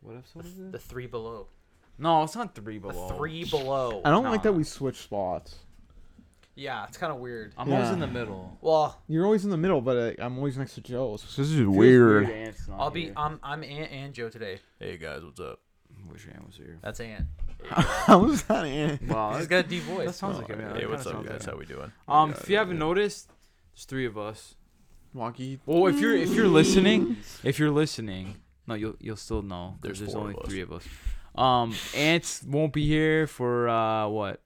What episode is The it? three below. No, it's not three The below. three below. I don't like that Nah. we switch spots. Yeah, it's kind of weird. I'm always Yeah. in the middle. Well, You're always in the middle, but I, I'm always next to Joe. So this is Feels weird. Ant's not I'll be. here. I'm. I'm Ant and Joe today. Hey guys, what's up? Wish Ant was here. That's Ant. How is that? eh? Wow, that- He's got a deep voice. That sounds like him. Oh, Yeah, that kinda sounds like him. we doing? Um, if you haven't noticed, there's three of us. Wonky. Well, if you're if Mm. you're listening, if you're listening, no, you'll you'll still know 'cause There's there's, four only of us. three of us. Um, Ants won't be here for uh what?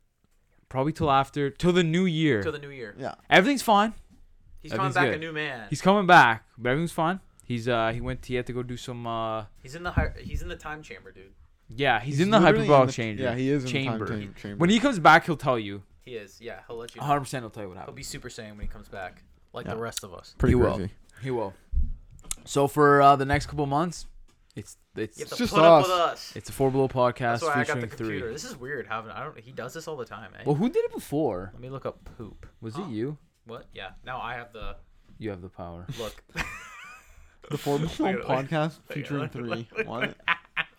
Probably till after till the new year. Till the new year. Yeah. everything's fine. He's That coming means back a good. new man. He's, He's coming back, but everything's fine. He's uh he went he had to go do some uh in the. hi- He's in the time chamber, dude. yeah he's, in the literally hyperbolic the- chamber. Yeah, he is in chamber. the time cham- chamber. When he comes back, he'll tell you. He is. Yeah, he'll let you. 100 percent he'll tell you what He'll happened. be super saiyan when he comes back, like Yeah. the rest of us. Pretty he will. crazy. He will. So for uh, the next couple months, it's it's You have to just put up us. with us. it's a four below podcast That's why I got the featuring computer. three. Oh. This is weird. How I don't. He does this all the time. Eh? Well, who did it before? Let me look up poop. Was it you? What? Yeah. Now I have the You have the power. look. The Four Below Look at it. podcast at featuring it. three. Want it?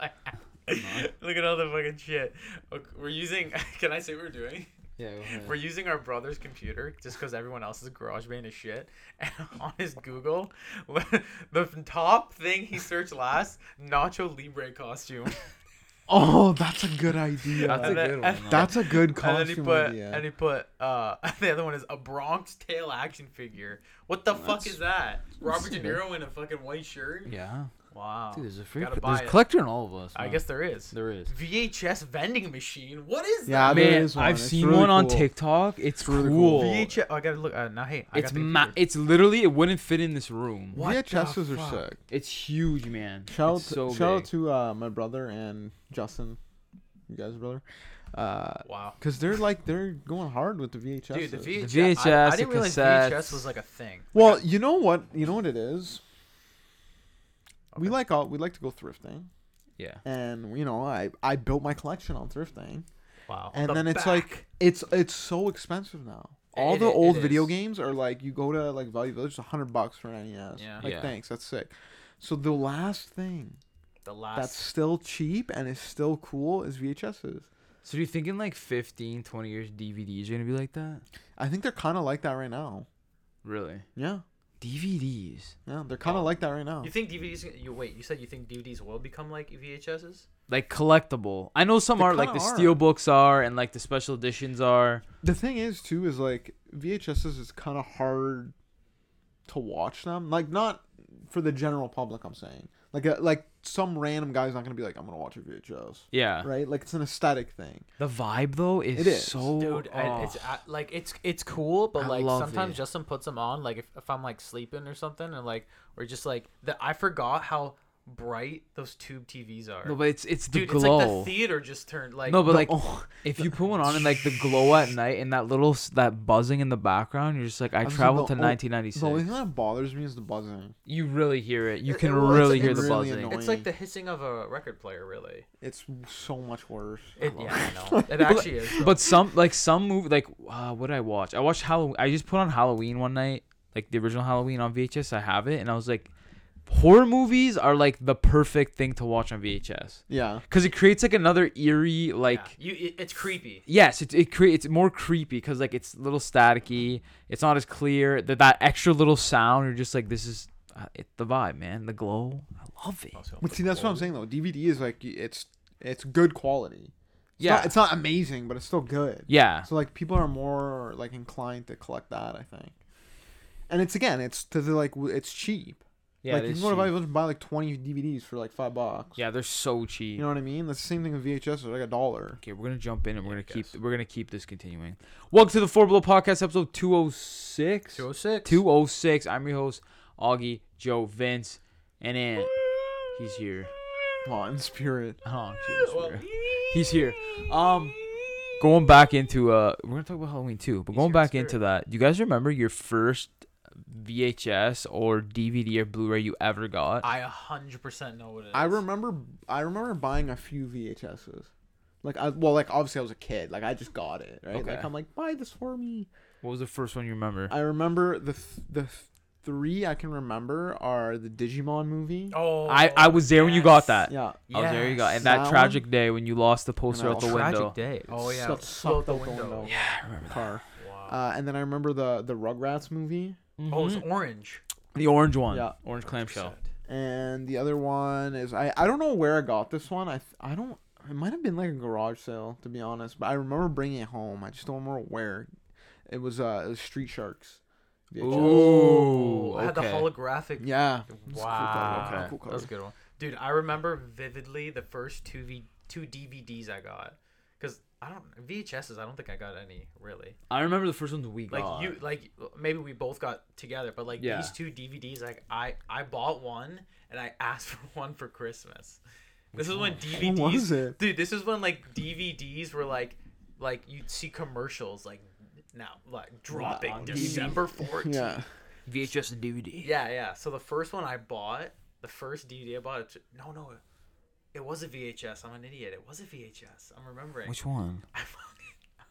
look at all the fucking shit. Okay, we're using. Can I say what we're doing? Yeah. We're using our brother's computer just because everyone else's GarageBand is shit. And on his Google, the top thing he searched last: Nacho Libre costume. Oh, that's a good idea. That's a And then- good one. though. That's a good And then he costume put, idea. and he put, uh, the other one is a Bronx tail action figure. What the fuck is that? Robert De Niro in a fucking white shirt? yeah. Wow. Dude, there's a freak. Gotta buy There's it. a collector in all of us. I man. guess there is. there is. VHS vending machine. What is yeah, that? there Man, is one. I've It's seen really one on cool. TikTok. It's really cool. cool. VHS. Oh, I gotta look. Uh, now, hey, I It's got the ma- computer. It's literally it wouldn't fit in this room. What the VHSs are fuck? sick. It's huge, man. Shout out, it's so shout out big. to uh, my brother and Justin, you guys, brother, because Wow. they're like they're going hard with the VHS. Dude, the VHS. I, VHS, I the didn't realize cassettes. VHS was like a thing. well, you know what? You know what it is. We like all we like to go thrifting, yeah. and you know I I built my collection on thrifting, Wow. and The then it's back. like it's it's so expensive now. All It- the it- old it video is. games are like you go to like Value Village, it's hundred bucks for an NES. Yeah. Like Yeah. thanks, that's sick. So the last thing the last. that's still cheap and is still cool is VHSs. So do you think in like 15, 20 years DVDs are gonna be like that? I think they're kind of like that right now. Really? Yeah, DVDs? yeah, they're Oh. kind of like that right now. You think DVDs? You wait. You said you think DVDs will become like VHSs? Like collectible. I know some They are like the kinda are. steel books are and like the special editions are. The thing is, too, is like VHSs is kind of hard to watch them. Like not for the general public. I'm saying like uh, like some random guy's not gonna be like I'm gonna watch a VHS, Yeah. right? Like it's an aesthetic thing. The vibe though is, It is. so Dude, I, oh. it's I, like it's it's cool, but I like love sometimes it. Justin puts them on. Like if, if I'm like sleeping or something, and like or just like the I forgot how bright those tube TVs are. no, but it's it's the Dude, it's like glow. the theater just turned like. no, but The- like oh, if you put one on and like the glow at night and that little s- that buzzing in the background, you're just like I I'm so- traveled to the only- the only 1996. thing that bothers me is the buzzing. You really hear it. You It- can it- well, it's- really hear it's the really buzzing. annoying. it's like the hissing of a record player, really. It's so much worse. It, yeah, I know. It actually is. though. But some like some movie like uh, what did I watch? I watched Halloween. I just put on Halloween one night, like the original Halloween on VHS. I have it, and I was like, horror movies are like the perfect thing to watch on VHS Yeah, because it creates like another eerie like. Yeah. you, it, it's creepy. Yes, it it creates it's more creepy because like it's a little staticky. It's not as clear. That that extra little sound. You're just like this is uh, it, the vibe, man. The glow. I love it. but see, that's what I'm saying though. DVD is like it's it's good quality. It's Yeah. not- it's not amazing, but it's still good. Yeah. So like people are more like inclined to collect that, I think. And it's again, it's to the, like w- it's cheap. Yeah. like it you is can go to buy, cheap. buy like twenty DVDs for like five bucks. yeah, they're so cheap. You know what I mean? That's the same thing with VHS, like a dollar. Okay, we're gonna jump in and we're Yeah, gonna I keep guess. we're gonna keep this continuing. Welcome to the Four Below Podcast, episode two oh six. 206. Two oh six. I'm your host, Augie, Joe, Vince, and Ant. He's here. Oh, in spirit. Oh, Jesus, we're- He's here. Um going back into uh we're gonna talk about Halloween too, but He's going here in back into spirit. that, do you guys remember your first VHS or DVD or Blu-ray you ever got? I 100% know what it is. I remember, I remember buying a few VHSs. Like I, well, like obviously I was a kid. Like I just got it, right? Okay. Like I'm like, buy this for me. What was the first one you remember? I remember the th- the th- three I can remember are the Digimon movie. Oh, I, I was there when you got yes. that. Yeah. I was there you got Yes. and that, That one. tragic day when you lost the poster I out the also- window. Tragic day. Oh yeah. Got Float sucked the out the window. window. Yeah, I remember that. Car. Wow. Uh, and then I remember the the Rugrats movie, oh, it's Mhm. orange. the orange one. Yeah. Orange clamshell. and the other one is I I don't know where I got this one. I th- I don't. It might have been like a garage sale to be honest, but I remember bringing it home. I just don't remember where. It was uh it was Street Sharks. VHS. Ooh, I had the okay. holographic. Yeah. Wow. Okay. Cool That was a good one. Dude, I remember vividly the first two V two DVDs I got. Cause I don't VHSs. I don't think I got any really. I remember the first one that we Like got. you, like maybe we both got together, but like Yeah. these two DVDs, like I I bought one and I asked for one for Christmas. This is when DVDs, What was it? dude. This is when like DVDs were like like you'd see commercials like now like dropping on DVD. December fourteenth. Yeah. VHS and DVD. Yeah, yeah. So the first one I bought, the first DVD I bought, it- no, no, it- it was a VHS. I'm an idiot. It was a VHS. I'm remembering. Which one? I bought.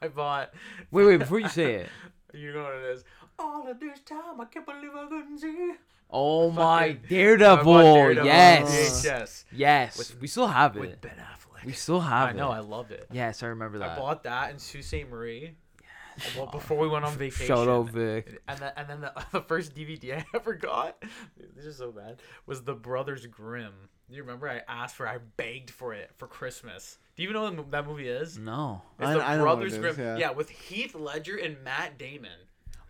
I bought Wait, wait, before you say it. you know what it is. All of this time, I can't believe I couldn't see. Oh my Fucking- I Daredevil. bought Daredevil on Yes. VHS Yes. With- we still have it. with Ben Affleck. we still have I know. it. I loved it. Yes, I remember that. I bought that and Sault Ste. Marie. Well, before we went on vacation. Shout out Vic. And then, and then the, the first DVD I ever got, this is so bad, was The Brothers Grimm. Do you remember? I asked for, I begged for it for Christmas. Do you even know what the mo- that movie is? No. It's Mm. I- The I know what it Brothers is, Grimm. yeah. yeah, with Heath Ledger and Matt Damon.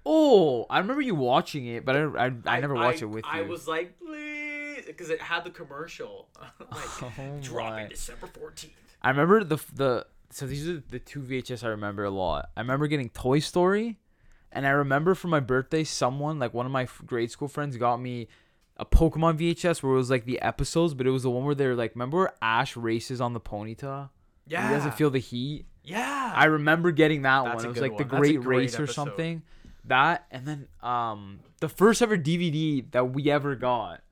Oh, I remember you watching it, but I I, I, never watched it with I you. was like, please, because it had the commercial, like Oh my. dropping December fourteenth. I remember the f- the so these are the two VHS I remember a lot. I remember getting Toy Story, and I remember for my birthday, someone like one of my f- grade school friends got me a Pokemon VHS where it was like the episodes, but it was the one where they're like, remember where Ash races on the Ponyta? Yeah, He doesn't feel the heat. Yeah, I remember getting that That's one. a It was good like the one. That's a Great, great Race or episode. something. That and then um the first ever DVD that we ever got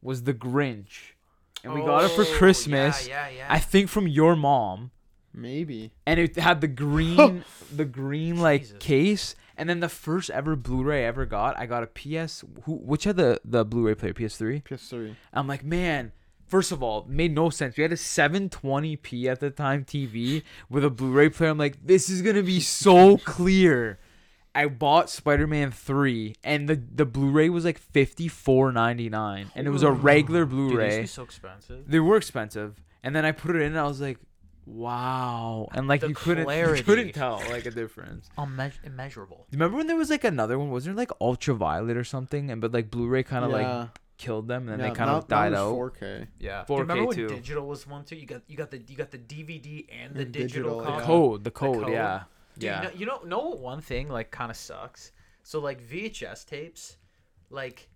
was The Grinch, and we got it for Oh, yeah, Christmas. yeah, yeah. I think from your mom Maybe. and it had the green the green like Jesus. case and then the first ever blu-ray i ever got i got a ps who which had the the blu-ray player ps3 PS3. i'm like man first of all made no sense we had a 720p at the time tv with a blu-ray player i'm like this is gonna be so clear I bought Spider-Man 3 and the, the Blu-ray was like 54.99 and it was a regular Dude, Blu-ray these be so expensive. they were expensive. And then I put it in, and I was like, "Wow!" And like The you couldn't, you clarity. couldn't tell like a difference. Um, immeasurable. Remember when there was like another one? Was there like Ultraviolet or something? And but like Blu-ray kind of Yeah. like killed them, and then Yeah, they kind of that- that died was out. 4K. Yeah. Do 4K you remember when too. digital was one too? You got you got the you got the DVD and the And digital, digital, yeah. copy. Code, the code, code? yeah, Dude, yeah. You know, you know, know what one thing like kind of sucks. So like VHS tapes, like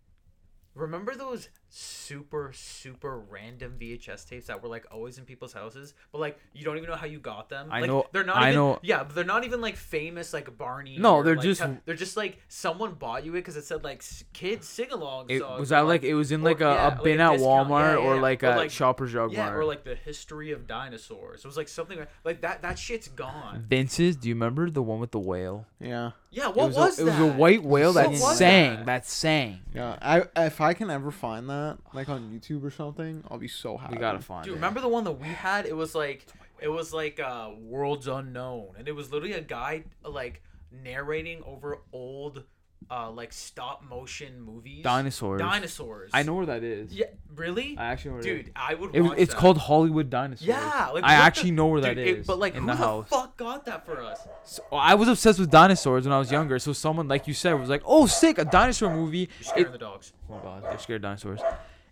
remember those super super random VHS tapes that were like always in people's houses, but like you don't even know how you got them. I like, know- They're not. I even, know- Yeah, but they're not even like famous like Barney. No, or, they're like, just- t- they're just like someone bought you it because it said like s- kids sing along. It was that like it was in or- like a, yeah, like a a bin at discount, Walmart yeah, yeah, or yeah. like Or, a like- Shoppers Drug yeah, Mart. or like the history of dinosaurs. It was like something like that. That shit's gone. Vince's, do you remember the one with the whale? Yeah. Yeah, what it was, was, a, that? It was a white whale What that was sang. that? That sang. Yeah. I if I can ever find that like on YouTube or something, I'll be so happy. We gotta find. Dude, it. remember the one that we had? It was like it was like uh Worlds Unknown. And it was literally a guy uh, like narrating over old uh like stop motion movies. dinosaurs? Dinosaurs. I know where that is. Yeah, really? I actually know where it is. Dude, I would It, watch it's that. called Hollywood Dinosaurs. Yeah, like I what the- actually know where that Dude, is. it- but like in who the house. fuck got that for us? So, I was obsessed with dinosaurs when I was younger. So someone, like you said, was like, "Oh, sick, a dinosaur movie." Scaring It, the dogs. oh god, they're scared of dinosaurs.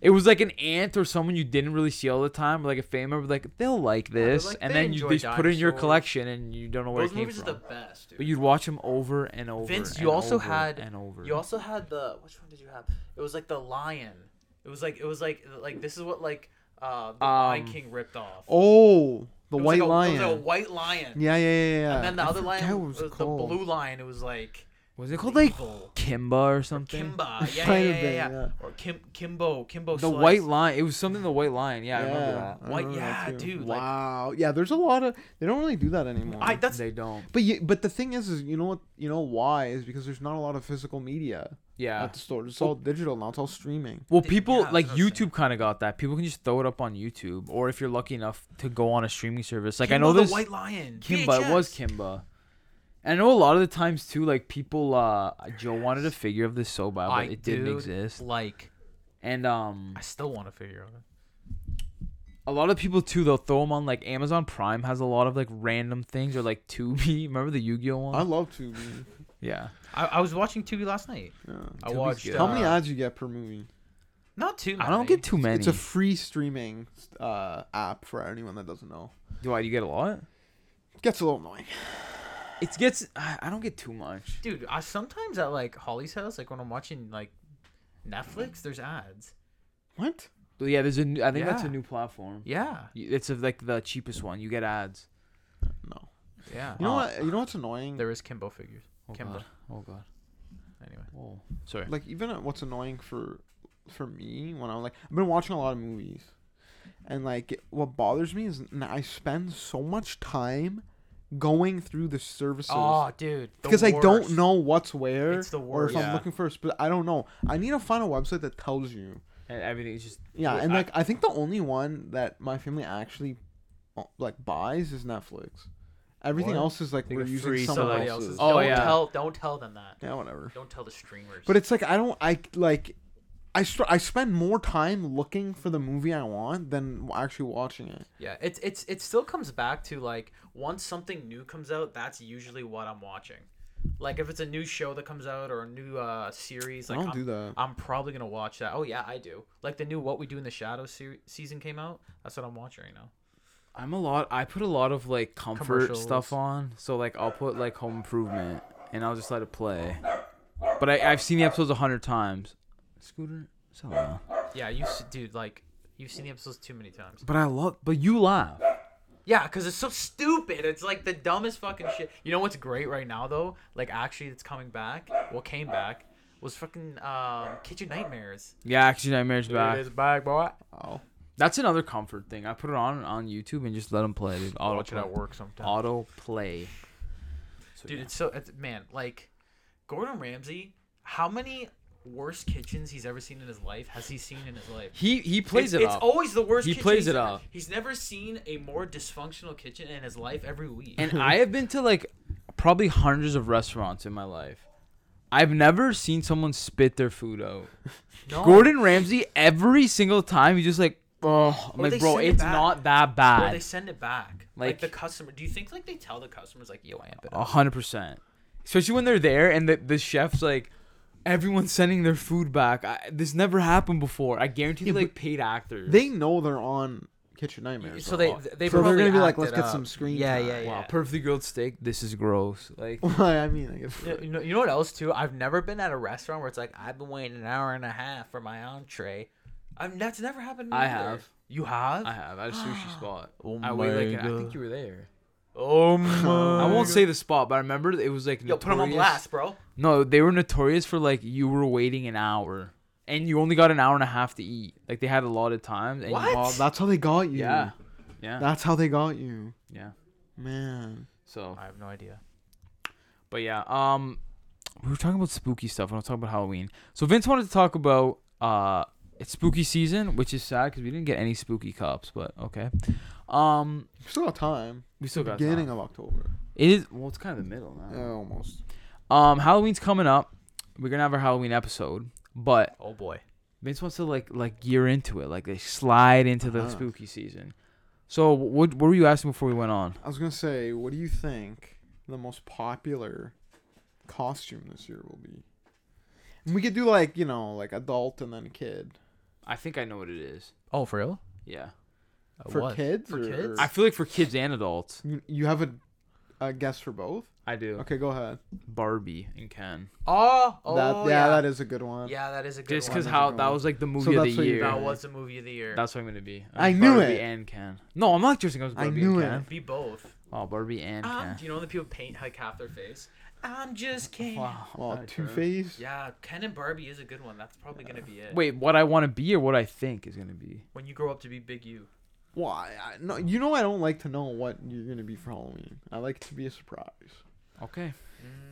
It was like an aunt or someone you didn't really see all the time, but like a family. member, like they'll like they're this, like, and they then you enjoy they just put it in your dinosaurs. collection, and you don't know where Those it came movies from. are the best, dude. But you'd watch them over and over. Vince, and you also over had and over. You also had the which one did you have? It was like the lion. It was like it was like like this is what like uh the Lion Um, King ripped off. Oh, the It was white like a, lion. It was a white lion. yeah, yeah, yeah, yeah. And then the I other forget lion what was, it the called. blue lion. It was like was it called like evil. Kimba or something? Kimba. Yeah, yeah, Might yeah, have yeah, been, yeah. yeah. Or Kim Kimbo Kimbo. The Slice. White Lion. It was something. The White Lion. Yeah, I remember Yeah, that. I White- remember that yeah, too. dude, like- Wow. yeah, there's a lot of they don't really do that anymore. I that's they don't. but you, but the thing is, is you know what you know why is because there's not a lot of physical media. yeah. at the store. It's all digital now. It's all streaming. Well, Di- people yeah, that's like what I was saying. YouTube kind of got that. People can just throw it up on YouTube, or if you're lucky enough to go on a streaming service. Like I know Kimba the this White Lion. Kimba it was VHS. Kimba. And I know a lot of the times too, like people, uh Joe wanted a figure of this so bad, but I it didn't dude, exist. Like And um I still want to figure out. a lot of people too, they'll throw them on like Amazon Prime has a lot of like random things or like Tubi. Remember the Yu-Gi-Oh Oh. one? I love Tubi. yeah, I, I was watching Tubi last night. Yeah. I Tubi's watched. good. How many uh, ads you get per movie? Not too. Many. I don't get too many. It's a free streaming uh, app for anyone that doesn't know. Do I? You get a lot? Gets a little annoying. It gets. I I don't get too much. Dude, I sometimes at like Holly's house, like when I'm watching like Mm. Netflix, there's ads. What? But yeah, there's a. New, I think that's a Yeah. new platform. Yeah, You- It's of like the cheapest one. You get ads. No. yeah. You know Oh. what? You know what's annoying? There is Kimbo figures. Oh Kimba. god. Oh god. Anyway, Whoa. Sorry. like even uh, what's annoying for for me when I'm like I've been watching a lot of movies, and like what bothers me is n- I spend so much time going through the services oh, dude, the because I don't worst. know what's where It's the or if worst. I'm Yeah. looking for. But I don't know. I need to find a website that tells you. And everything's E, just. Yeah, Well, and I- like I think the only one that my family actually uh, like buys is Netflix. Everything What? else is like Like we're a using free someone Somebody else's. else's. Oh, don't yeah. tell, don't tell them that. Yeah, whatever. Don't tell the streamers. But it's like I don't I like I str- I spend more time looking for the movie I want than actually watching it. yeah, it's it's it still comes back to like once something new comes out, that's usually what I'm watching. Like if it's a new show that comes out or a new uh series, like I don't I'm, do that. I'm probably gonna watch that. Oh yeah, I do. Like the new What We Do in the Shadows se- season came out. That's what I'm watching right now. I'm a lot. I put a lot of like comfort Commercials. stuff on. So like I'll put like Home Improvement, and I'll just let it play. But I, I've seen the episodes a hundred times. Scooter. So. Yeah, you s- dude, like you've seen the episodes too many times. But I love. But you laugh. Yeah, because it's so stupid. It's like the dumbest fucking shit. You know what's great right now though? Like actually, it's coming back. What came back was fucking um, Kitchen Nightmares. Yeah, actually, Nightmare's back. back, boy. Oh, That's another comfort thing. I put it on on YouTube and just let them play. Dude. Auto Watch it play. at work sometimes. Auto play. So, Dude, yeah. it's so it's, man. Like Gordon Ramsay, how many worst kitchens he's ever seen in his life has he seen in his life? he he plays it's, it it's up. always the worst. He kitchen plays he's it ever- up. He's never seen a more dysfunctional kitchen in his life every week. and I have been to like probably hundreds of restaurants in my life. I've never seen someone spit their food out. no. Gordon Ramsay, every single time, he's just like, oh, I'm Or they like, bro, send it it's back. not that Or they bad. send it back. Like, Like- the customer. Do you think like they tell the customers like, "Yo, I amp it A up." hundred percent. Especially when they're there and the, the chef's like, everyone's sending their food back. I, this never happened before. I guarantee, Yeah, like paid actors. they know they're on Kitchen Nightmares. So So they So they they're probably gonna be like, act "Let's it get up." some screen Yeah, time. yeah, yeah. Oh Wow, perfectly grilled steak. This is gross. Like, I mean, I guess. You know, you know what else too? I've never been at a restaurant where it's like I've been waiting an hour and a half for my entree. I'm that's never happened. To me I either. have. You have? I have at a sushi spot. Oh I wait, my like, I God. think you were there. oh my! I won't say the spot, but I remember it was like Yo, notorious. put them on blast, bro. No, they were notorious for like you were waiting an hour, and you only got an hour and a half to eat. Like they had a lot of times. And you- What? Oh, that's how they got you. yeah, yeah, That's how they got you, yeah. man. So, I have no idea. but yeah, um, we were talking about spooky stuff. and I was talking about Halloween. So Vince wanted to talk about uh, it's spooky season, which is sad because we didn't get any spooky cops. But okay, um, We still got time. we still got Beginning time. of October. It is well, it's kind of the middle now. Yeah, almost. Um, Halloween's coming up. We're gonna have our Halloween episode, but Oh boy. Vince wants to like like gear into it, like they slide into the Uh-huh. spooky season. So what what were you asking before we went on? I was gonna say, what do you think the most popular costume this year will be? And we could do like you know like adult and then kid I think I know what it is. Oh, for real? Uh, Yeah, for kids. For or- kids? or- I feel like for kids and adults, you, you have a, a guess for both. I do. Okay, go ahead. Barbie and Ken, Oh, oh that, yeah, yeah. that is a good one. Yeah, that is a good just one. because that's how a good that one. was like the movie that's of the what you- year. that was the movie of the year. That's what I'm gonna be. Uh, I knew Barbie it. and Ken. No, I'm not just gonna. Go I Barbie knew and it. Ah, Ken. Be both. Oh, Barbie and Um, Ken. do you know when the people paint like half their face? I'm just kidding. Wow. Oh, that Two term. Face. Yeah, Ken and Barbie is a good one. That's probably gonna be it. Wait, what I want to be or what I think is gonna be? When you grow up to be big, you. Why? I, no, you know I don't like to know what you're gonna be for Halloween. I like it to be a surprise. Okay.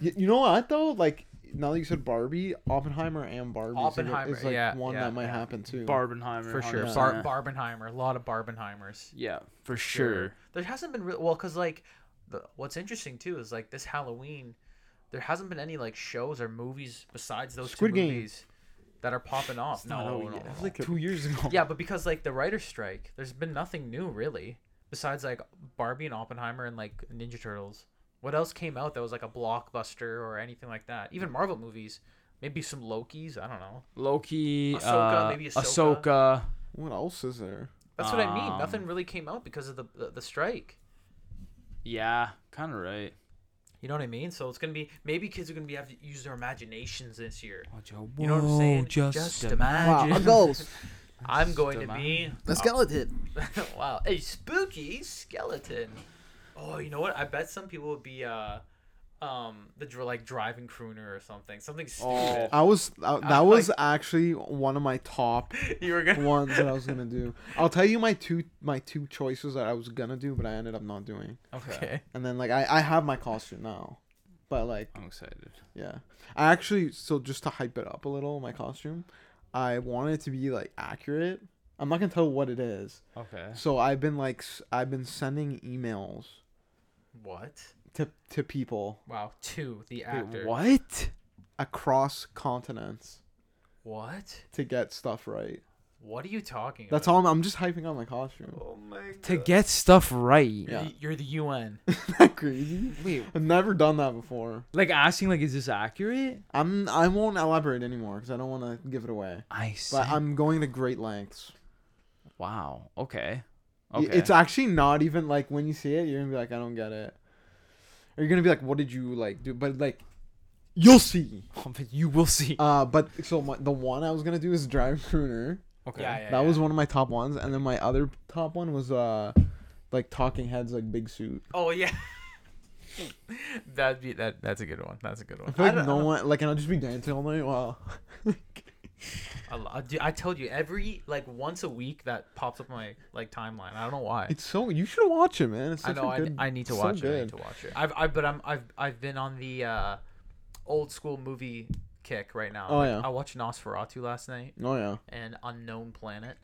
Y- you know what though? Like now that you said Barbie, Oppenheimer and Barbie is like- Oppenheimer, is like yeah, one yeah, that might yeah. happen too. Barbenheimer for sure. 100%. Bar- Barbenheimer, a lot of Barbenheimers. yeah, for sure. There hasn't been real well because like, the, what's interesting too is like this Halloween, there hasn't been any like shows or movies besides those Squid two Game. movies that are popping off. No, no, no, no. like two years ago. yeah, but because like the writer's strike, there's been nothing new really besides like Barbie and Oppenheimer and like Ninja Turtles. What else came out that was like a blockbuster or anything like that? Even Marvel movies, maybe some Loki's. I don't know. Loki, Ahsoka, uh, maybe Ahsoka. Ahsoka. What else is there? That's what I mean. Um, Nothing really came out because of the the, the strike. Yeah, kind of right. You know what I mean? So it's gonna be maybe kids are gonna be have to use their imaginations this year. You You know what I'm saying? Just, imagine. ghost. I'm going to be imagine. The skeleton. wow a spooky skeleton. Oh, you know what? I bet some people would be uh, um, the dr- like driving crooner or something, something stupid. I was I, that was actually one of my top You were gonna. ones that I was gonna do. I'll tell you my two my two choices that I was gonna do, but I ended up not doing. Okay. And then like I I have my costume now, but like I'm excited. yeah, I actually so just to hype it up a little, my costume, I wanted it to be like accurate. I'm not gonna tell what it is. Okay. So I've been like s- I've been sending emails What? to to people Wow, two the actor. what? what? across continents What? to get stuff right. are you talking? That's about? all. I'm, I'm just hyping up my costume. Oh my god. To get stuff right. Yeah. You're the UN. that crazy? Wait. I've never done that before. Like asking, like, is this accurate? I'm I won't elaborate anymore because I don't want to give it away. I But said. I'm going to great lengths. wow. Okay. Y- Okay. It's actually not even like when you see it, you're gonna be like, I don't get it. Or you're gonna be like, what did you like do? But like, you'll see. you will see. Uh, but so my, the one I was gonna do is Drive Crooner. okay. Yeah, yeah, that yeah. was one of my top ones, and then my other top one was uh, like Talking Heads, like Big Suit. Oh yeah. That'd be that. That's a good one. That's a good I one. feel like don't- no one like, and I'll just be dancing all night. Wow. I, lo- I do- I told you every like once a week that pops up my like timeline. I don't know why. It's so you should watch it, man. It's I such know a I, good. I need to so watch it. I good. need to watch it. I've I but I'm I've I've been on the uh, old school movie kick right now. Oh, Like, yeah. I watched Nosferatu last night Oh yeah. and Unknown Planet,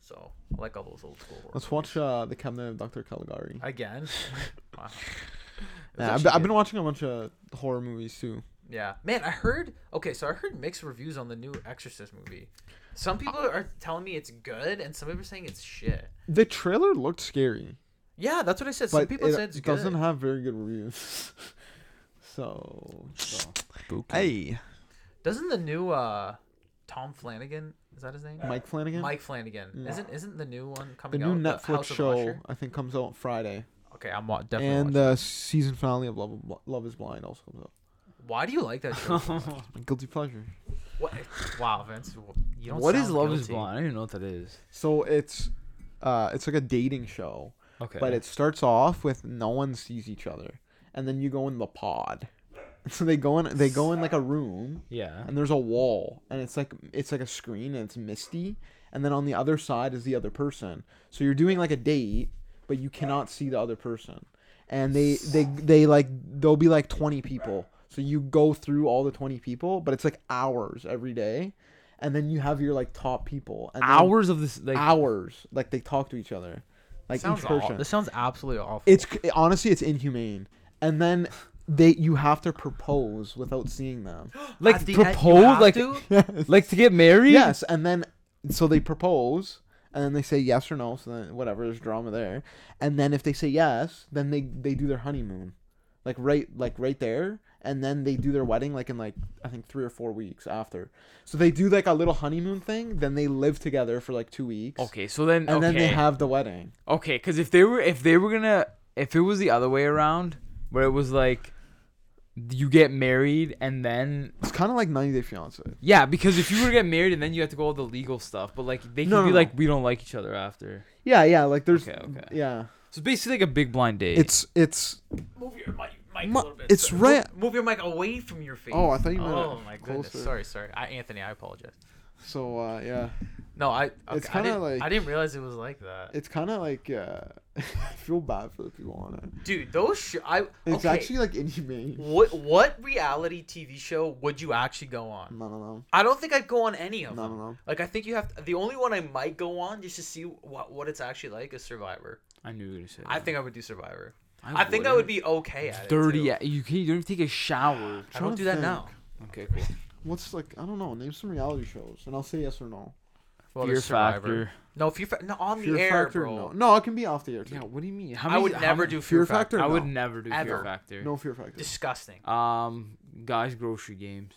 so I like all those old school. horror Let's watch uh, the Cabinet of Dr. Caligari. movies. again. wow. It was Yeah, I've, actually been- I've good. been watching a bunch of horror movies too. Yeah, man, I heard. Okay, so I heard mixed reviews on the new Exorcist movie. Some Uh, people are telling me it's good, and some people are saying it's shit. The trailer looked scary, Yeah, that's what I said. Some but people it said it's good. doesn't have very good reviews. so, Spooky. hey, Doesn't the new uh Tom Flanagan is that his name? Mike Flanagan. Uh, Mike Flanagan. Yeah. Isn't isn't the new one the coming new out? Netflix House of show Usher? I think comes out Friday, Okay, I'm wa- definitely. and watching the season finale of Love, Love is Blind also comes out. that. Why do you like that show? so much? My guilty pleasure. what? Wow, Vince, w- you don't. What is sound Love is guilty. Blind? I don't even know what that is. So it's, uh, it's like a dating show, Okay. but it starts off with no one sees each other, and then you go in the pod. So they go in, they go in like a room, yeah. and there's a wall and it's like it's like a screen and it's misty and then on the other side is the other person so you're doing like a date but you cannot see the other person and they they they like there'll be like 20 people so you go through all the 20 people but it's like hours every day and then you have your like top people and then- Hours of this. Like, hours like they talk to each other like Sounds each aw- person This sounds absolutely awful. it's c- honestly it's inhumane and then they you have to propose without seeing them like At the end, you propose, have like, to? like to get married. Yes, and then so they propose, and then they say yes or no. So then whatever, there's drama there. And then if they say yes, then they they do their honeymoon, like right like right there, and then they do their wedding like in like I think three or four weeks after. So they do like a little honeymoon thing. Then they live together for like two weeks. Okay. So then. And okay. then they have the wedding. Okay, because if they were if they were gonna if it was the other way around, where it was like you get married and then It's kind of like 90 Day Fiance. yeah, because if you were to get married and then you have to go all the legal stuff, but like they can No, be no, like no. we don't like each other after. Yeah, yeah. Like there's. Okay, okay. Yeah. So it's basically like a big blind date. It's it's. move your mic, mic Mi- a little bit. it's sir. right- Move, move your mic away from your face. Oh, I thought you meant. Oh it my goodness! closer. Sorry, sorry. I, Anthony, I apologize. So uh, yeah. No, I. Okay, It's I kinda didn't- like- I didn't realize it was like that, It's kind of like uh, I feel bad for the people on it. dude. Those sh- I. It's okay, actually like inhumane. What what reality TV show would you actually go on? No, no, no, I don't think I'd go on any of Hmm. no, them. no, no. Like I think you have to, the only one I might go on just to see what what it's actually like is Survivor. I knew you were gonna say. I Hmm. that. think I would do Survivor. I, think I would be okay at it. dirty. too. Yeah, you can't you don't even take a shower. I don't Tryna do that think. now. Okay, cool. What's like I don't know. Name some reality shows, and I'll say yes or no. Well, Fear there's Survivor. Factor. No, Fear Factor. No, on Fear the air, Factor, bro. no. No, it can be off the air too. Yeah, what do you mean? How I many- would how never many- do Fear, Fear Factor. Factor. I would no. never do Ever. Fear Factor. No Fear Factor. Disgusting. Um, guys, grocery games.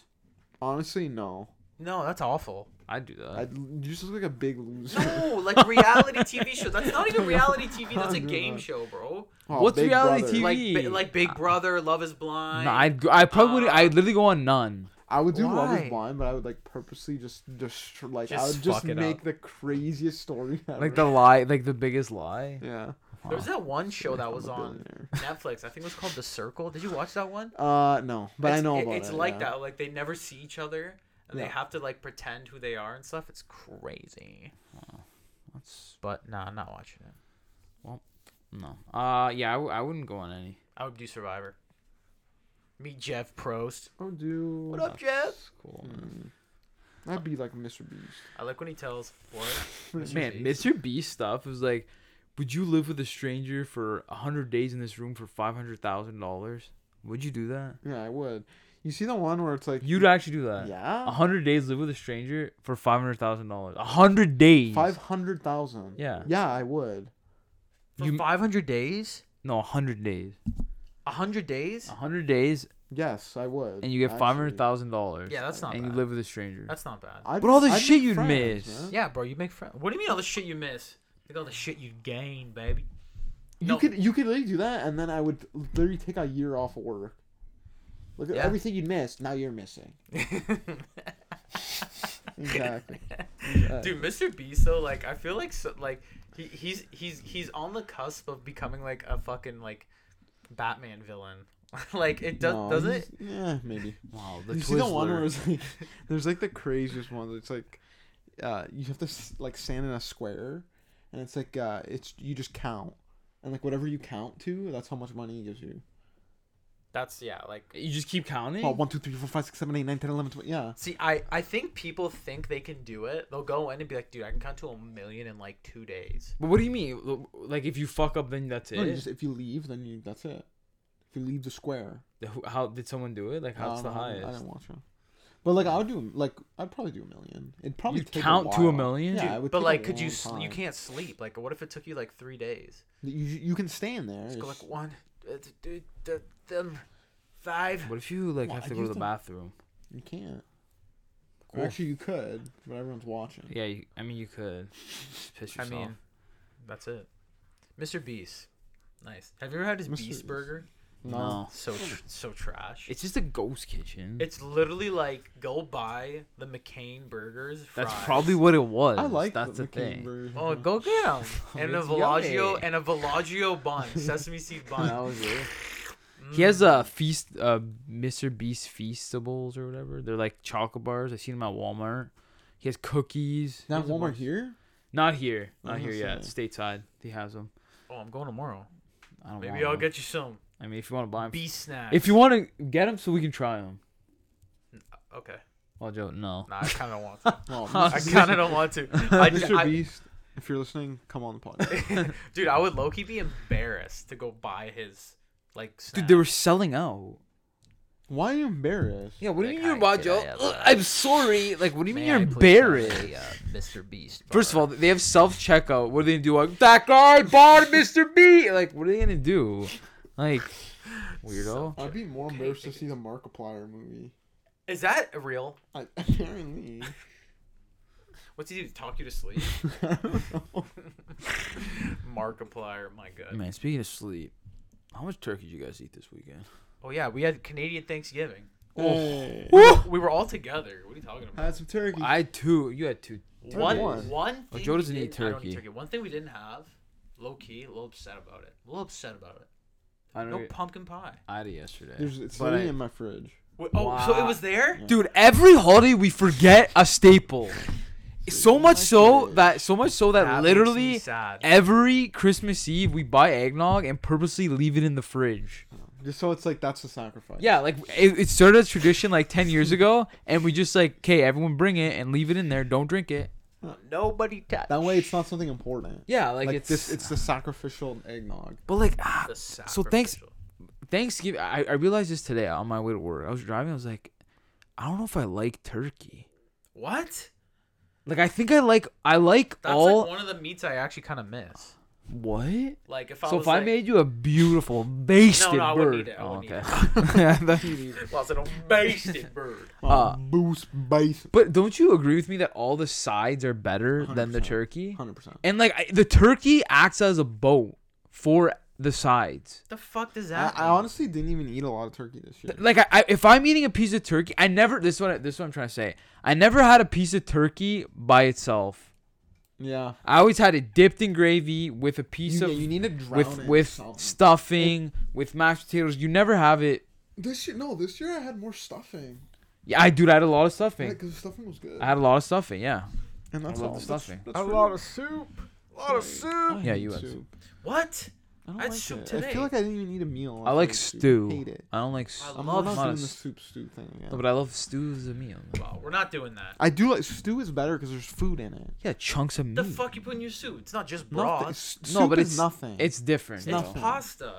Honestly, no. No, that's awful. I'd do that. I you just look like a big loser. No, like reality TV shows. That's not even reality TV. That's a No. game show, bro. Oh, What's Big reality Brother. TV? Like bi- Gee. like Big Brother, Love Is Blind. no, I'd. go- I probably would. uh, I'd literally go on none. I would do Love Why? Is Blind, but I would like purposely just just like I Just would just fuck it make up. the craziest story ever. Like the lie, like the biggest lie. yeah. There was that one show that I'm was a on billionaire. Netflix. I think it was called The Circle. Did you watch that one? Uh no, but I It's- know it- about it's it, like yeah. that. Like they never see each other, and they Yeah. have to like pretend who they are and stuff. It's crazy. That's But nah, I'm not watching it. no. Uh, yeah, I, w- I wouldn't go on any. I would do Survivor. Meet Jeff Prost. Oh, dude. What up, Jeff? That's cool. Hmm. I'd be like Mr. Beast. I like when he tells what. Mr. Man, Beast. Mr. B stuff was like, would you live with a stranger for hundred days in this room for five hundred thousand dollars? Would you do that? Yeah, I would. You see the one where it's like You'd actually do that. Yeah. A hundred days live with a stranger for five hundred thousand dollars. A hundred days. Five hundred thousand. Yeah. Yeah, I would. For you- 500 days? No, a hundred days. 100 days? A hundred days, Yes, I would. and you get actually. five hundred thousand dollars. Yeah, that's not And you bad. live with a stranger. That's not bad. I'd- But all the I'd shit make you'd friends, miss. man. Yeah, bro, you make friends. What do you mean all the shit you miss? Think all the shit you gain, baby. You No. could you could literally do that, and then I would literally take a year off of work. Look at Yeah. everything you'd missed. Now you're missing. Exactly. Dude, Mr. Beast though, like I feel like so, like he, he's he's he's on the cusp of becoming like a fucking like Batman villain. like it does No, doesn't it? he's- Yeah, maybe. Wow, the you see the one Twizzler. where it's like, there's like the craziest one. It's like, uh, you have to s- like stand in a square, and it's like, uh, it's you just count, and like whatever you count to, that's how much money he gives you. That's yeah, like you just keep counting. Oh, one, two, three, four, five, six, seven, eight, nine, ten, eleven, twelve. Yeah. See, I, I think people think they can do it. They'll go in and be like, dude, I can count to a million in like two days. But what do you mean? L- Like if you fuck up, then that's it. No, you just if you leave, then you that's it. If you leave the square, The- who- How did someone do it? Like I how's don't the know, I didn't- I highest? didn't watch it. But like I would do like I'd probably do a million. It'd probably You'd take count a to a while. million? Yeah, Dude, it would but take a like, could you long s you time. can't sleep? Like, what if it took you like three days? You you can stay in there. Just go It's- like one, uh, th- th- th- them, five. What if you like Well, have I to go to used the to- bathroom? You can't. Or Cool. Actually, you could, but everyone's watching. Yeah, you, I mean you could just piss I yourself. mean, that's it. Mr. Beast, nice. Have you ever had his Mr. Beast Beast. burger? no. So tr- so trash. it's just a ghost kitchen. It's literally like go buy the McCain burgers. Fries. that's probably what it was. I like that's the, the thing. Version. Oh, go get 'em. and a It's Villaggio yummy. and a Villaggio bun, sesame seed That bun. Mm. was it. He has a feast, uh, Mr. Beast feastables or whatever. They're like chocolate bars. I seen them at Walmart. He has cookies. Not He has a Walmart bunch- here. Oh, Not here. I Not was here yet. gonna Stateside. He has them. Oh, I'm going tomorrow. I don't. Maybe want I'll 'em. get you some I mean, if you want to buy them, beast snacks. Oh, if you want to get them, so we can try them. okay. Well, Joe, no. Nah, I kind of want to. Oh, I kind of don't want to. I, just- Mr. I- Beast, if you're listening, come on the podcast. dude, I would low key be embarrassed to go buy his like. Dude, Snack. they were selling out. Why are you embarrassed? Yeah, what do you Like, mean you're I about did, Joe? I have Ugh, that. I'm sorry. Like, what do you mean May you're I please have embarrassed? a, uh, Mr. Beast. First of all, bar? they have self checkout. What are they gonna do? Like, that guy bought Mr. B. Like, what are they gonna do? Like, weirdo. I'd be more Okay, embarrassed to take see the Markiplier movie. is that real? I, apparently, What's he do? Talk you to sleep? I don't know. Markiplier, my god. Man, speaking of sleep, how much turkey did you guys eat this weekend? Oh yeah, we had Canadian Thanksgiving. Hey. We were all together. What are you talking about? Had some turkey. I had two. You had two. One Turkey. one thing. Joe we doesn't Oh, eat didn't- I don't turkey. One thing we didn't have, low key, a little upset about it. A little upset about it. I don't No know. pumpkin pie. I had it yesterday. There's it's But literally I- in my fridge. Wait, oh, so it Wow. was there? Dude, every holiday we forget a staple. so much so that so much so that, That makes me literally sad. every Christmas Eve we buy eggnog and purposely leave it in the fridge. Just so it's like that's the sacrifice. Yeah, like it, it started as tradition like ten years ago, and we just like, okay, everyone bring it and leave it in there. Don't drink it. Nobody touch. That way, it's not something important. Yeah, like, like it's this, it's the sacrificial eggnog. but like ah, The so thanks sacrificial. Thanksgiving. I, I realized this today on my way to work. I was driving. I was like, I don't know if I like turkey. What? Like I think I like I like That's all like one of the meats I actually kind of miss. what. Like if I so was if like, I made you a beautiful basted I bird, Oh, wouldn't eat it. I wouldn't eat okay. well, it's a basted bird. Oh, Uh, boost base. but don't you agree with me that all the sides are better than the 100%. turkey? Hundred percent. And like I, the turkey acts as a boat for the sides. The fuck does I, that? I mean? honestly didn't even eat a lot of turkey this year. Th- Like I, I, if I'm eating a piece of turkey, I never. This one, this is what I'm trying to say. I never had a piece of turkey by itself. Yeah. I always had it dipped in gravy with a piece You, of yeah, you need to drown with it in with something. stuffing, with mashed potatoes. You never have it. This year, no. This year I had more stuffing. Yeah, I dude, I had a lot of stuffing. Because the stuffing was good. I had a lot of stuffing. Yeah, and that's I love all. the stuffing. That's, that's soup. A lot of really- soup. Yeah, I hate you had soup. What? I don't I had like soup it. I today. feel like I didn't even eat a meal. I after like the soup. stew. Hate it. I don't like. I Stew. I'm love not not doing a the s- soup stew thing again. No, but I love stew as a meal. Well, we're not doing that. I do like stew is better because there's food in it. Yeah, chunks of meat. The fuck you put in your soup? It's not just Nothing- broth. s- No, soup but is it's nothing. It's different. It's bro. nothing. pasta.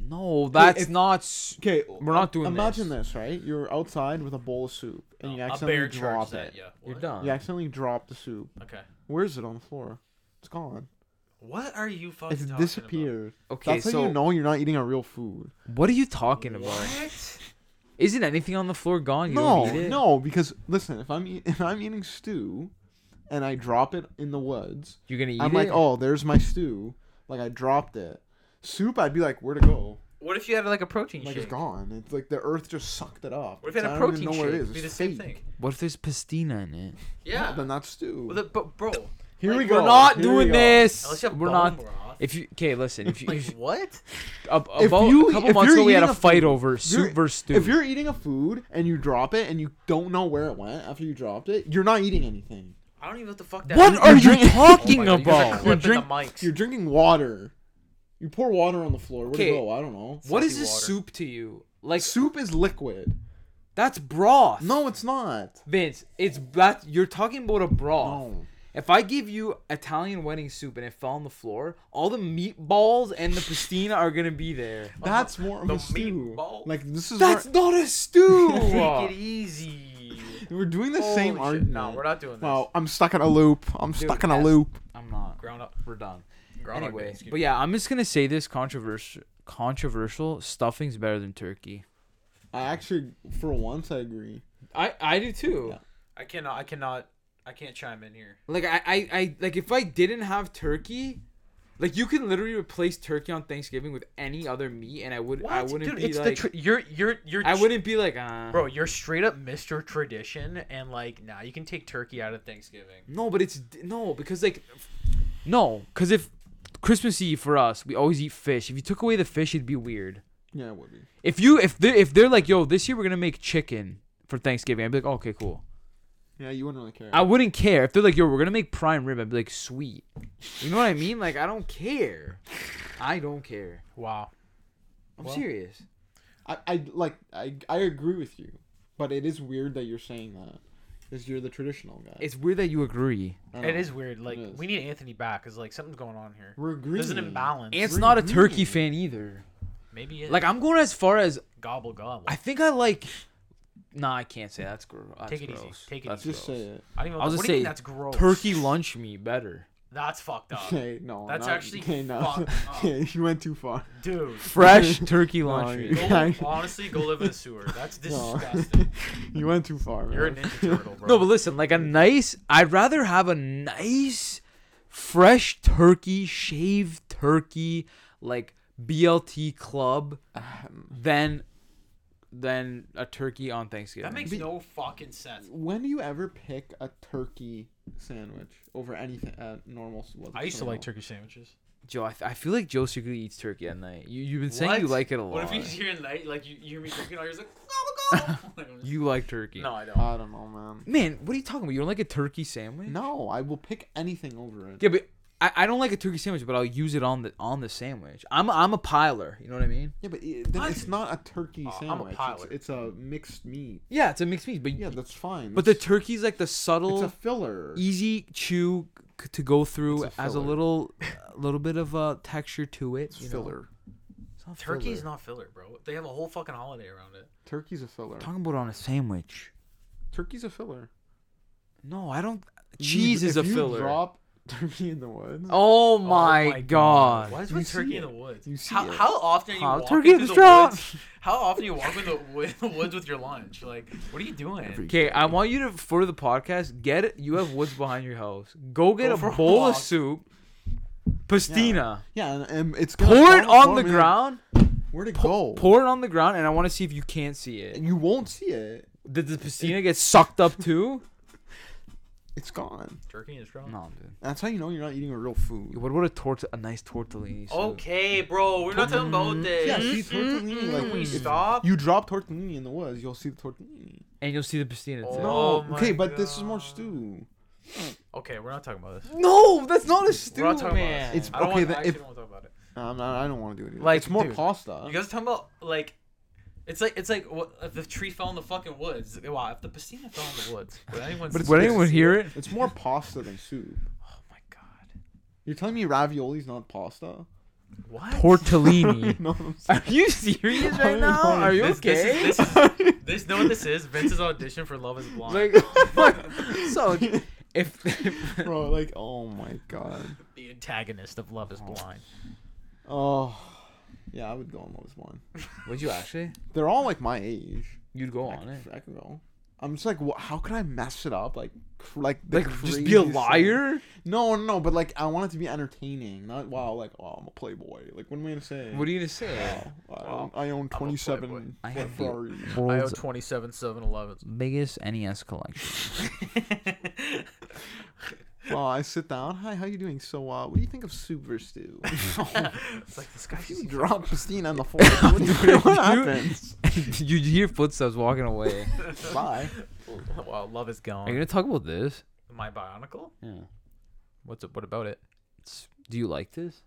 No, that's if- not. s- okay. We're not doing Imagine this. right? You're outside with a bowl of soup and you a accidentally bear charges drop at it. you. You're What? done. You accidentally drop the soup. Okay. Where is it on the floor? It's gone. What are you fucking It's talking about? disappeared. Okay, That's so how you know you're not eating a real food. what are you talking about? What? Isn't anything on the floor gone? You no, don't eat it? no, because listen, if I'm eat- if I'm eating stew, and I drop it in the woods, You're gonna eat I'm it. like, oh, there's my stew. Like I dropped it. Soup, I'd be like, where to go? What if you had like a protein Like shake? it's gone. It's like the earth just sucked it up. What if you had I a don't protein even know shake? where it is. It'd be the It's same fake. thing. What if there's pastina in it? Yeah. Then that's stew. Well, the- but bro, Here we like, go. We're not Here doing we go. this. unless you have We're bone not. broth. If you okay, listen. If you, Like if, what? a, a- If about- you- a couple if months you're ago, we had eating a a fight food- over You're- soup versus stew. If you're eating a food and you drop it and you don't know where it went after you dropped it, you're not eating anything. I don't even know what the fuck that. what is. are you drinking- talking Oh my God, you guys are about? clipping drink- the mics. You're drinking water. You pour water on the floor. Where Okay. to go? I don't know. What is Salty this water. soup to you? Like Soup is liquid. that's broth. No, it's not. Vince, it's that you're talking about a broth. No. If I give you Italian wedding soup and it fell on the floor, all the meatballs and the pastina are gonna be there. That's more of the a stew. meatball. Like this is That's where- not a stew. Take it easy. we're doing the Holy same shit. argument. No, we're not doing this. Wow, I'm stuck in a loop. I'm stuck in a that's- loop. I'm not. Ground up. We're done. Ground up. Anyway, excuse but me. yeah, I'm just gonna say this controversial. Controversial stuffing's better than turkey. I actually, for once, I agree. I I do too. Yeah. I cannot. I cannot. I can't chime in here. Like I, I I like if I didn't have turkey, like you can literally replace turkey on Thanksgiving with any other meat, and I would I wouldn't Dude, be it's like the tr- you're you're you're. I ch- wouldn't be like uh, Bro, you're straight up Mr. Tradition, and like, nah, you can take turkey out of Thanksgiving. No, but it's d- no because like no because if Christmas Eve for us we always eat fish. If you took away the fish, it'd be weird. Yeah, it would be. If you if they if they're like yo this year we're gonna make chicken for Thanksgiving, I'd be like okay cool. Yeah, you wouldn't really care. I wouldn't care if they're like yo we're gonna make prime rib. I'd be like sweet. You know what I mean? Like I don't care. I don't care. Wow. I'm Well, serious. I, I like I, I agree with you, but it is weird that you're saying that, because you're the traditional guy. It's weird that you agree. I It know. is weird. Like, is. we need Anthony back because like something's going on here. We're agreeing. There's an imbalance. Ant's We're not a turkey agreeing. fan either. Maybe it, Like I'm going as far as gobble gobble. I think I like. Nah, I can't say that's gross. That's Take it easy. gross. Take it That's easy. Just say it. I don't even. I'll what just do you say mean that's gross. turkey lunch meat better. That's fucked up, Okay, no. That's not- actually okay. No, fucked up. okay, you went too far. dude. Fresh turkey No, lunch you- meat. Go, honestly, go live in a sewer. That's No. disgusting. you went too far. You're a man. ninja turtle, bro. No, but listen, like a nice. I'd rather have a nice, fresh turkey, shaved turkey, like BLT club, than than a turkey on Thanksgiving. that makes Be- no fucking sense. When do you ever pick a turkey sandwich over anything at normal? s- what- I used to something like else? turkey sandwiches. Joe, I, I feel like Joe secretly eats turkey at night. You you've been saying you What? like it a lot. What if you hear at night, like you, you hear me drinking, all you're just like gobble Like, I'm just- You like turkey. no, I don't. I don't know, man. Man, what are you talking about? You don't like a turkey sandwich? No, I will pick anything over it. Yeah, but I, I don't like a turkey sandwich, but I'll use it on the on the sandwich. I'm I'm a piler. You know what I mean? Yeah, but it, then I- it's not a turkey Uh, Oh, I'm a sandwich. it's, piler. it's a mixed meat. Yeah, it's a mixed meat, but Yeah, that's fine. but the That's- turkey's like the subtle, it's a filler. easy chew c- to go through It's a as a filler. little a little bit of uh texture to it. It's you know? filler. It's not Turkey's filler. not filler, bro. They have a whole fucking holiday around it. Turkey's a filler. I'm talking about on a sandwich. Turkey's a filler. No, I don't. You- Cheese is if a you filler. Drop turkey in the woods. oh Oh my, god. Why is You with turkey see in the it. woods? You see how, it. how often are you How- walking turkey in through the the, straw. woods? How often you walk in the, wo- in the woods with your lunch? Like, what are you doing? Every- Okay, I want you to for the podcast get it. You have woods behind your house. Go get Go a for a bowl of walk. soup, pastina, Yeah, and, and it's gonna pour it fall- on the I mean, ground, Where'd it go? pour it on the ground, and I want to see if you can't see it. and you won't see it. Did the pastina get sucked up too? It's gone. Turkey and straw. No, dude. That's how you know you're not eating a real food. What about a tort? A nice tortellini. soup? Okay, bro, we're not talking about this. Mm-hmm. Yeah, see tortellini. Like Can we if stop? Mm-hmm. You drop tortellini in the woods, you'll see the tortellini. And you'll see the pastina too. No. Oh my okay, but this is more God. stew. Okay, we're not talking about this. No, that's not a stew, We're not talking man. about this. It's- I don't okay, wanna- then I actually if- Uh. don't want to talk about it. Um, I, I don't want to do it. Either. Like, it's more dude, pasta. You guys are talking about like, it's like it's like what, if the tree fell in the fucking woods. Wow, if the pastina fell in the woods, would anyone? But see Would it? anyone hear it? it's more pasta than soup. Oh my god! You're telling me ravioli's not pasta? What? Tortellini. no, I'm Are you serious I right don't now? know. Are you This- this okay? is- this sorry. This know what this is? Vince's audition for Love Is Blind. like, so if, if Bro, like, oh my god. the antagonist of Love Is Blind. Oh, yeah, I would go on those one. would you actually? They're all like my age. You'd go I on it. could, I could go. I'm just like, wha how could I mess it up? Like, cr- like, the Like, just be a craziest liar. thing. No, no, no, but like, I want it to be entertaining. Not wow, like, oh, I'm a playboy. Like, what am I gonna say? What are you gonna say? I, Wow, own, I own I'm a 27 playboy. I have the- Ferraris. I owe 27 7 11s. biggest NES collection. Well, I sit down. Hi, how you doing? So, uh, what do you think of soup versus stew? It's like this guy. you drop Christina on the floor. What, do you- what happens? You'd hear footsteps walking away. Bye. Wow, love is Are you gone. gonna talk about this? My Bionicle? Yeah. What's it, what about it? It's, do you like this?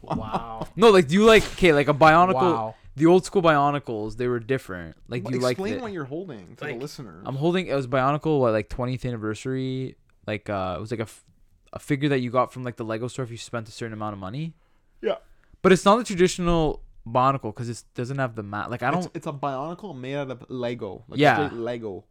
Wow. No, like do you like okay, like a bionicle Wow. the old school bionicles, they were different. Like do you like Explain the- what you're holding to Like, the listener. I'm holding it was bionicle what like 20th anniversary like uh it was like a f- a figure that you got from like the Lego store if you spent a certain amount of money. Yeah. But it's not the traditional bionicle cuz it doesn't have the mat. Like I It's, don't it's a bionicle made out of Lego. Like Yeah. straight Lego.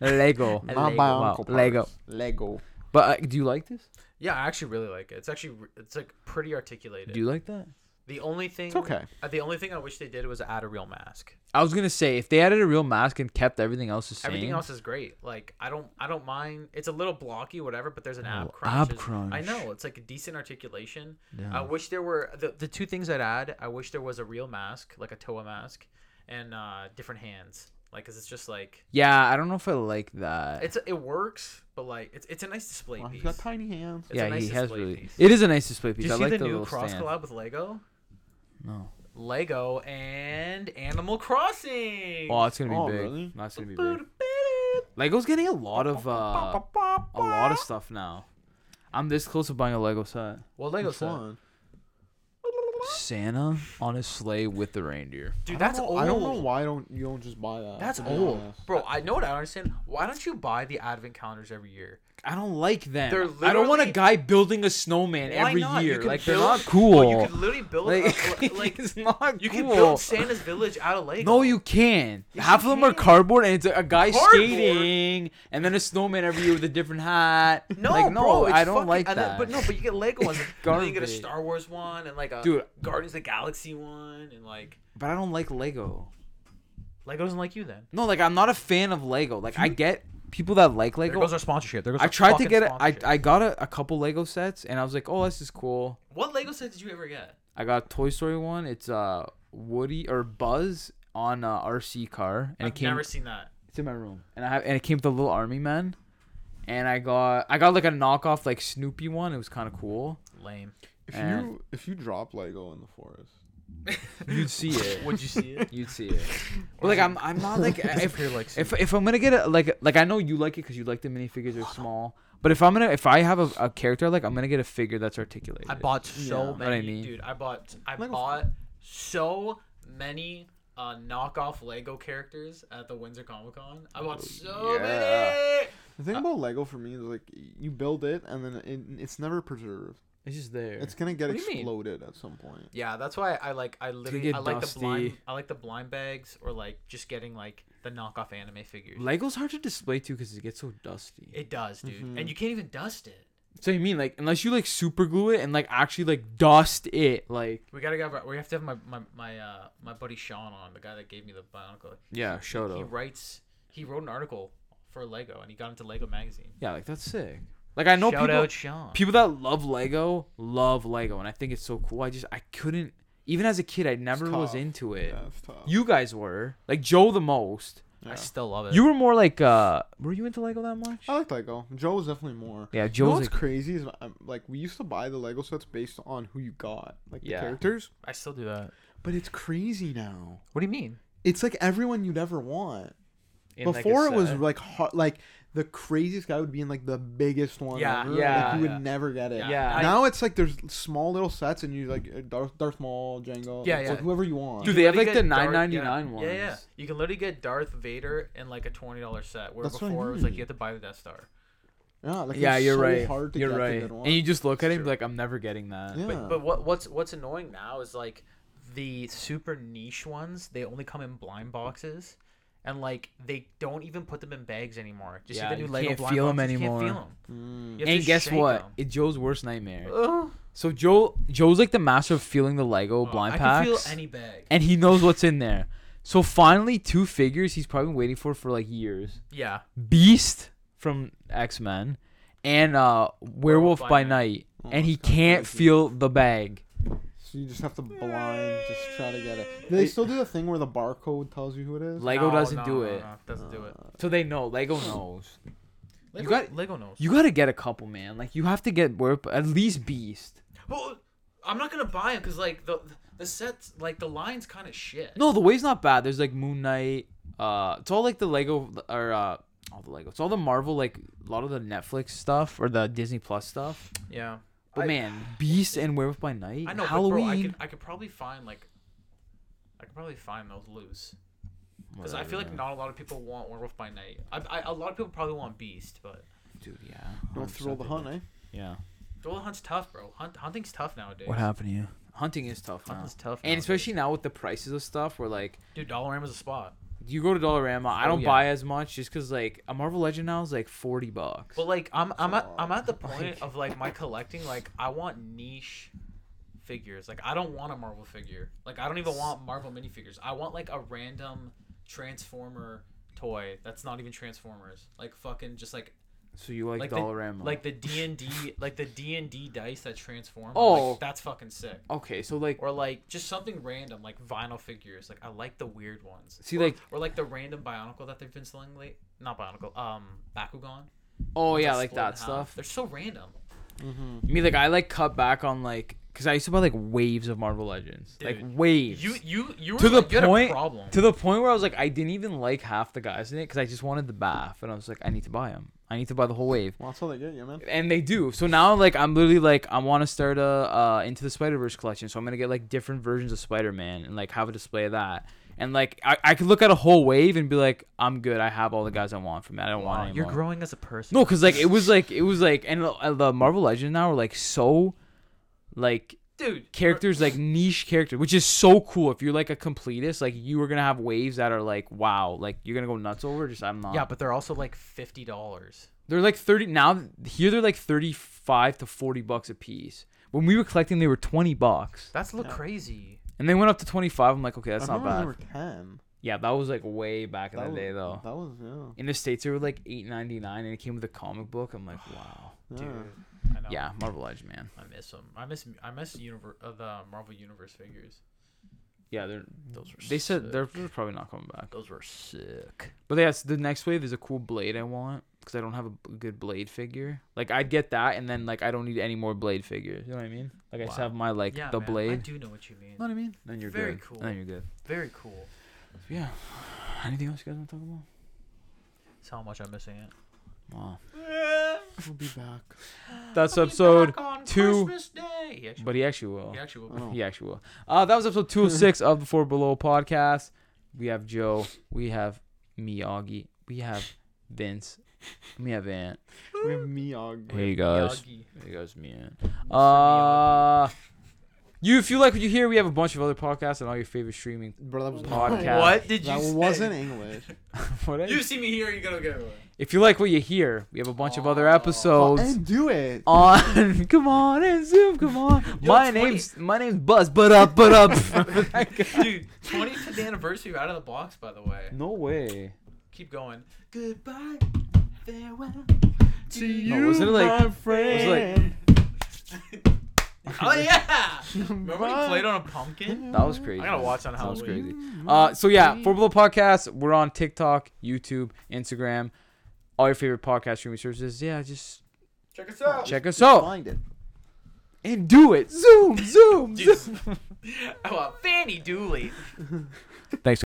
Lego. Lego. Not bionicle. Wow, Lego. parts. Lego. But uh, do you like this? Yeah, I actually really like it. It's actually re- it's like pretty articulated. Do you like that? the only thing It's okay. uh, the only thing I wish they did was add a real mask. I was gonna say if they added a real mask and kept everything else the same. Everything else is great. Like I don't I don't mind. It's a little blocky, whatever. But there's an Oh, ab crunch. ab It's- I crunch. know it's like a decent articulation. Yeah. I wish there were the, the two things I'd add. I wish there was a real mask, like a Toa mask, and uh, different hands. Like, cause it's just like Yeah, I don't know if I like that. it's it works, but like it's it's a nice display Wow, he's piece. got tiny hands. It's yeah, a nice he has display really. piece. It is a nice display piece. Did you I see like the, the, new little cross stand. collab with Lego? No. Lego and Animal Crossing. Oh, it's gonna be Oh, big. really? That's gonna be big. Lego's getting a lot of uh, a lot of stuff now. I'm this close to buying a Lego set. Well, Lego uh, Which set. one? Santa on his sleigh with the reindeer. Dude, that's I don't, old. know- I don't know why don't you don't just buy that. That's to be old, honest. bro. I know what I don't understand. Why don't you buy the advent calendars every year? I don't like them. They're I don't want a literally- guy building a snowman Why every not? You year. could Like they're build- not cool. Well, you could literally build a- like, a, like it's not you cool. can build Santa's village out of Lego. No, you can't. Yes, Half you of them are can. cardboard, and it's a, a guy Cardboard? skating, and then a snowman every year with a different hat. No, like, no, bro, it's I don't fucking- like and that. Then, but no, but you get Lego ones. and then you get a Garbage. Star Wars one and like a Dude. Guardians of the Galaxy one and like but I don't like Lego. Lego doesn't like you then. No, like I'm not a fan of Lego. Like I get people that like There Lego. goes our sponsorship. There goes. I our tried to fucking get a, I sponsorship. I got a, a couple Lego sets, and I was like, oh, this is cool. What Lego set did you ever get? I got a Toy Story one. It's uh Woody or Buzz on a RC car, and I've it came. never seen that. It's in my room, and I have, and it came with a little army man, and I got I got like a knockoff like Snoopy one. It was kind of cool. Lame. If And- you if you drop Lego in the forest, You'd see it. Would you see it? You'd see it. But like I'm, I'm not like Does it if, appear like if if I'm gonna get a like like I know you like it because you like the minifigures are small. But if I'm gonna if I have a, a character I like I'm gonna get a figure that's articulated. I bought so many, Yeah. What I mean. dude. I bought I Lego's bought so many uh, knockoff Lego characters at the Windsor Comic Con. I bought so Oh, yeah. many. The Uh, thing about Lego for me is like you build it and then it, it's never preserved. It's just there. It's gonna get What do you mean? exploded at some point. Yeah, that's why I like I literally get I like the blind dusty. I like the blind bags or like just getting like the knockoff anime figures. Lego's hard to display too because it gets so dusty. It does, dude, Mhm. and you can't even dust it. so you mean like unless you like super glue it and like actually like dust it like We gotta go. We have to have my my my uh my buddy Sean on the guy that gave me the Bionicle. yeah shout He out writes. He wrote an article for Lego, and he got into Lego magazine. yeah like that's sick. Like I know Shout people out Sean. people that love Lego love Lego, and I think it's so cool. I just I couldn't even as a kid I never was tough. into it. Yeah, it's tough. You guys were like Joe the most. I Yeah. still love it. You were more like uh, were you into Lego that much? I like Lego. Joe was definitely more. yeah, You know Joe's what's like, crazy is um, like we used to buy the Lego sets based on who you got, like Yeah. the characters. I still do that. But it's crazy now. What do you mean? It's like everyone you'd ever want. in, like, a Before it was set. like hard, like the craziest guy would be in like the biggest one. Yeah, ever. yeah, Like, you yeah. would never get it. Yeah. Yeah. now it's like there's small little sets and you like uh, Darth, Darth Maul, Django, Yeah, like, yeah. whoever you want. Do You they have, literally like, the get Darth- 9.99 yeah. ones? Yeah, yeah. You can literally get Darth Vader in like a twenty dollars set, where That's what I before it was like mean. you had to buy the Death Star. yeah, like, yeah, it's you're so right. Hard to you're get the right. good one. And you just look at it and true. be like, I'm never getting that. yeah. But, but what what's what's annoying now is like the super niche ones. They only come in blind boxes, and like they don't even put them in bags anymore. Just Yeah, like the you new Lego can't blind feel 'em boxes, you can't feel anymore. 'em. Mm. You have And to guess shake what? 'em. It's Joe's worst nightmare. Ugh. So Joe, Joe's like the master of feeling the Lego blind Oh, I packs. can feel any bag. and he knows what's in there. So finally, two figures he's probably been waiting for for like years: Yeah. Beast from X Men and uh, Werewolf by, Night. Oh, and he that's kinda can't crazy. feel the bag. So you just have to blind, just try to get it. Do they still do the thing where the barcode tells you who it is? Lego No, doesn't no, do no, it, no, doesn't do Uh, it. so they know. Lego knows. Lego, got- Lego knows. You gotta get a couple, man. Like you have to get where at least Beast. Well, I'm not gonna buy them because like the the sets like the line's kind of shit. No, the way's not bad. There's like Moon Knight. Uh, it's all like the Lego or uh, all the Lego. It's all the Marvel, like a lot of the Netflix stuff or the Disney Plus stuff. Yeah. But I- man, Beast and Werewolf by Night, I know. Halloween. But bro, I could I could probably find like. I could probably find those loose because I feel like Whatever. not a lot of people want Werewolf by Night. I, I, a lot of people probably want Beast, but dude, yeah. Don't 100% thrill the they hunt, do. eh? Yeah. Duel Hunt's tough, bro. Hunt, hunting's tough nowadays. What happened to you? Hunting is tough now. Hunting's tough. And nowadays. especially now with the prices of stuff, where like dude, Dollarama's a spot. you go to Dollarama, I Oh, don't yeah. buy as much just because like a Marvel Legend now is like forty bucks. But like, I'm I'm a at lot. I'm at the Like- point of like my collecting. Like, I want niche figures. Like, I don't want a Marvel figure. Like, I don't even want Marvel minifigures. I want like a random Transformer toy that's not even Transformers. Like fucking just like so you like, like the- Dollarama? like the D and D like the D and D dice that transform. Oh. like, that's fucking sick. okay, so like Or like just something random, like vinyl figures. Like I like the weird ones. See, or, like- or like the random Bionicle that they've been selling late. Not Bionicle. Um, Bakugan. oh yeah, That's like split in that half. stuff. They're so random. Mm-hmm. Me like I like cut back on like because I used to buy like waves of Marvel Legends, Dude, like waves. You you you were To the like, you had a point- problem. to the point where I was like, I didn't even like half the guys in it because I just wanted the bath, and I was like, I need to buy them. I need to buy the whole wave. Well, that's how they get you, man. and they do. So now, like, I'm literally like, I want to start a uh, into the Spider Verse collection. So I'm gonna get like different versions of Spider Man and like have a display of that. And like, I, I could look at a whole wave and be like, I'm good. I have all the guys I want from that. I don't want any You're more. growing as a person. No, cause like it was like it was like, and the- the Marvel Legends now are like so, like dude. characters like niche characters, which is so cool. If you're like a completist, like you are gonna have waves that are like, wow, like you're gonna go nuts over. Just I'm not. Yeah, but they're also like fifty dollars. They're like thirty now. Here they're like thirty-five to forty bucks a piece. When we were collecting, they were twenty bucks, That's look Yeah. crazy. and they went up to twenty-five. I'm like, okay, that's I not remember when bad. they were ten. Yeah, that was like way back in that the was, day though. That was yeah. In the states, they were like eight ninety-nine, and it came with a comic book. I'm like, wow. yeah. Dude, I know. Yeah, Marvel Edge, man. I miss them. I miss I miss universe uh, the Marvel Universe figures. Yeah, they're. Those were They said sick. they're probably not coming back. those were sick. But yeah, so the next wave is a cool blade I want. because I don't have a b- good Blade figure. Like I'd get that, and then like I don't need any more Blade figures. You know what I mean? Like I just Wow. have my like yeah, the man, I Blade. do know what you mean. You know what I mean? Then you're Very good. cool. Then you're good. Very cool. So, yeah. Anything else you guys want to talk about? That's how much I'm missing it. Wow. We'll be back. That's episode. two. Christmas Day. He actually, But he actually will. he actually will. Oh. He actually will. Uh, that was episode 206 of the Four Below podcast. We have Joe. We have Miyagi. We have Vince. We have Ant. We have Miyagi. Hey guys. Miyagi. Hey guys, me Ant. Uh, you if you like what you hear, we have a bunch of other podcasts and all your favorite streaming. Bro, that was Podcast. What did you That say? wasn't English. What You see me here, you gotta go. if you like what you hear, we have a bunch of other Oh. Oh, episodes. and do it. on come on and zoom come on Yo, my it's funny. name's my name's buzz but up but up Dude, 25th anniversary of Out of the Box, by the way. no way Keep going. Goodbye, farewell To to you, you. was it like- my friend. Oh yeah! Remember when Bye. he played on a pumpkin? that was crazy I gotta watch on that was Halloween. crazy uh so yeah four below podcast we're on tiktok youtube instagram all your favorite podcast streaming services yeah just Check us out. check us out Find it. and do it zoom zoom, Dude. zoom. Oh, uh, Fanny Dooley. thanks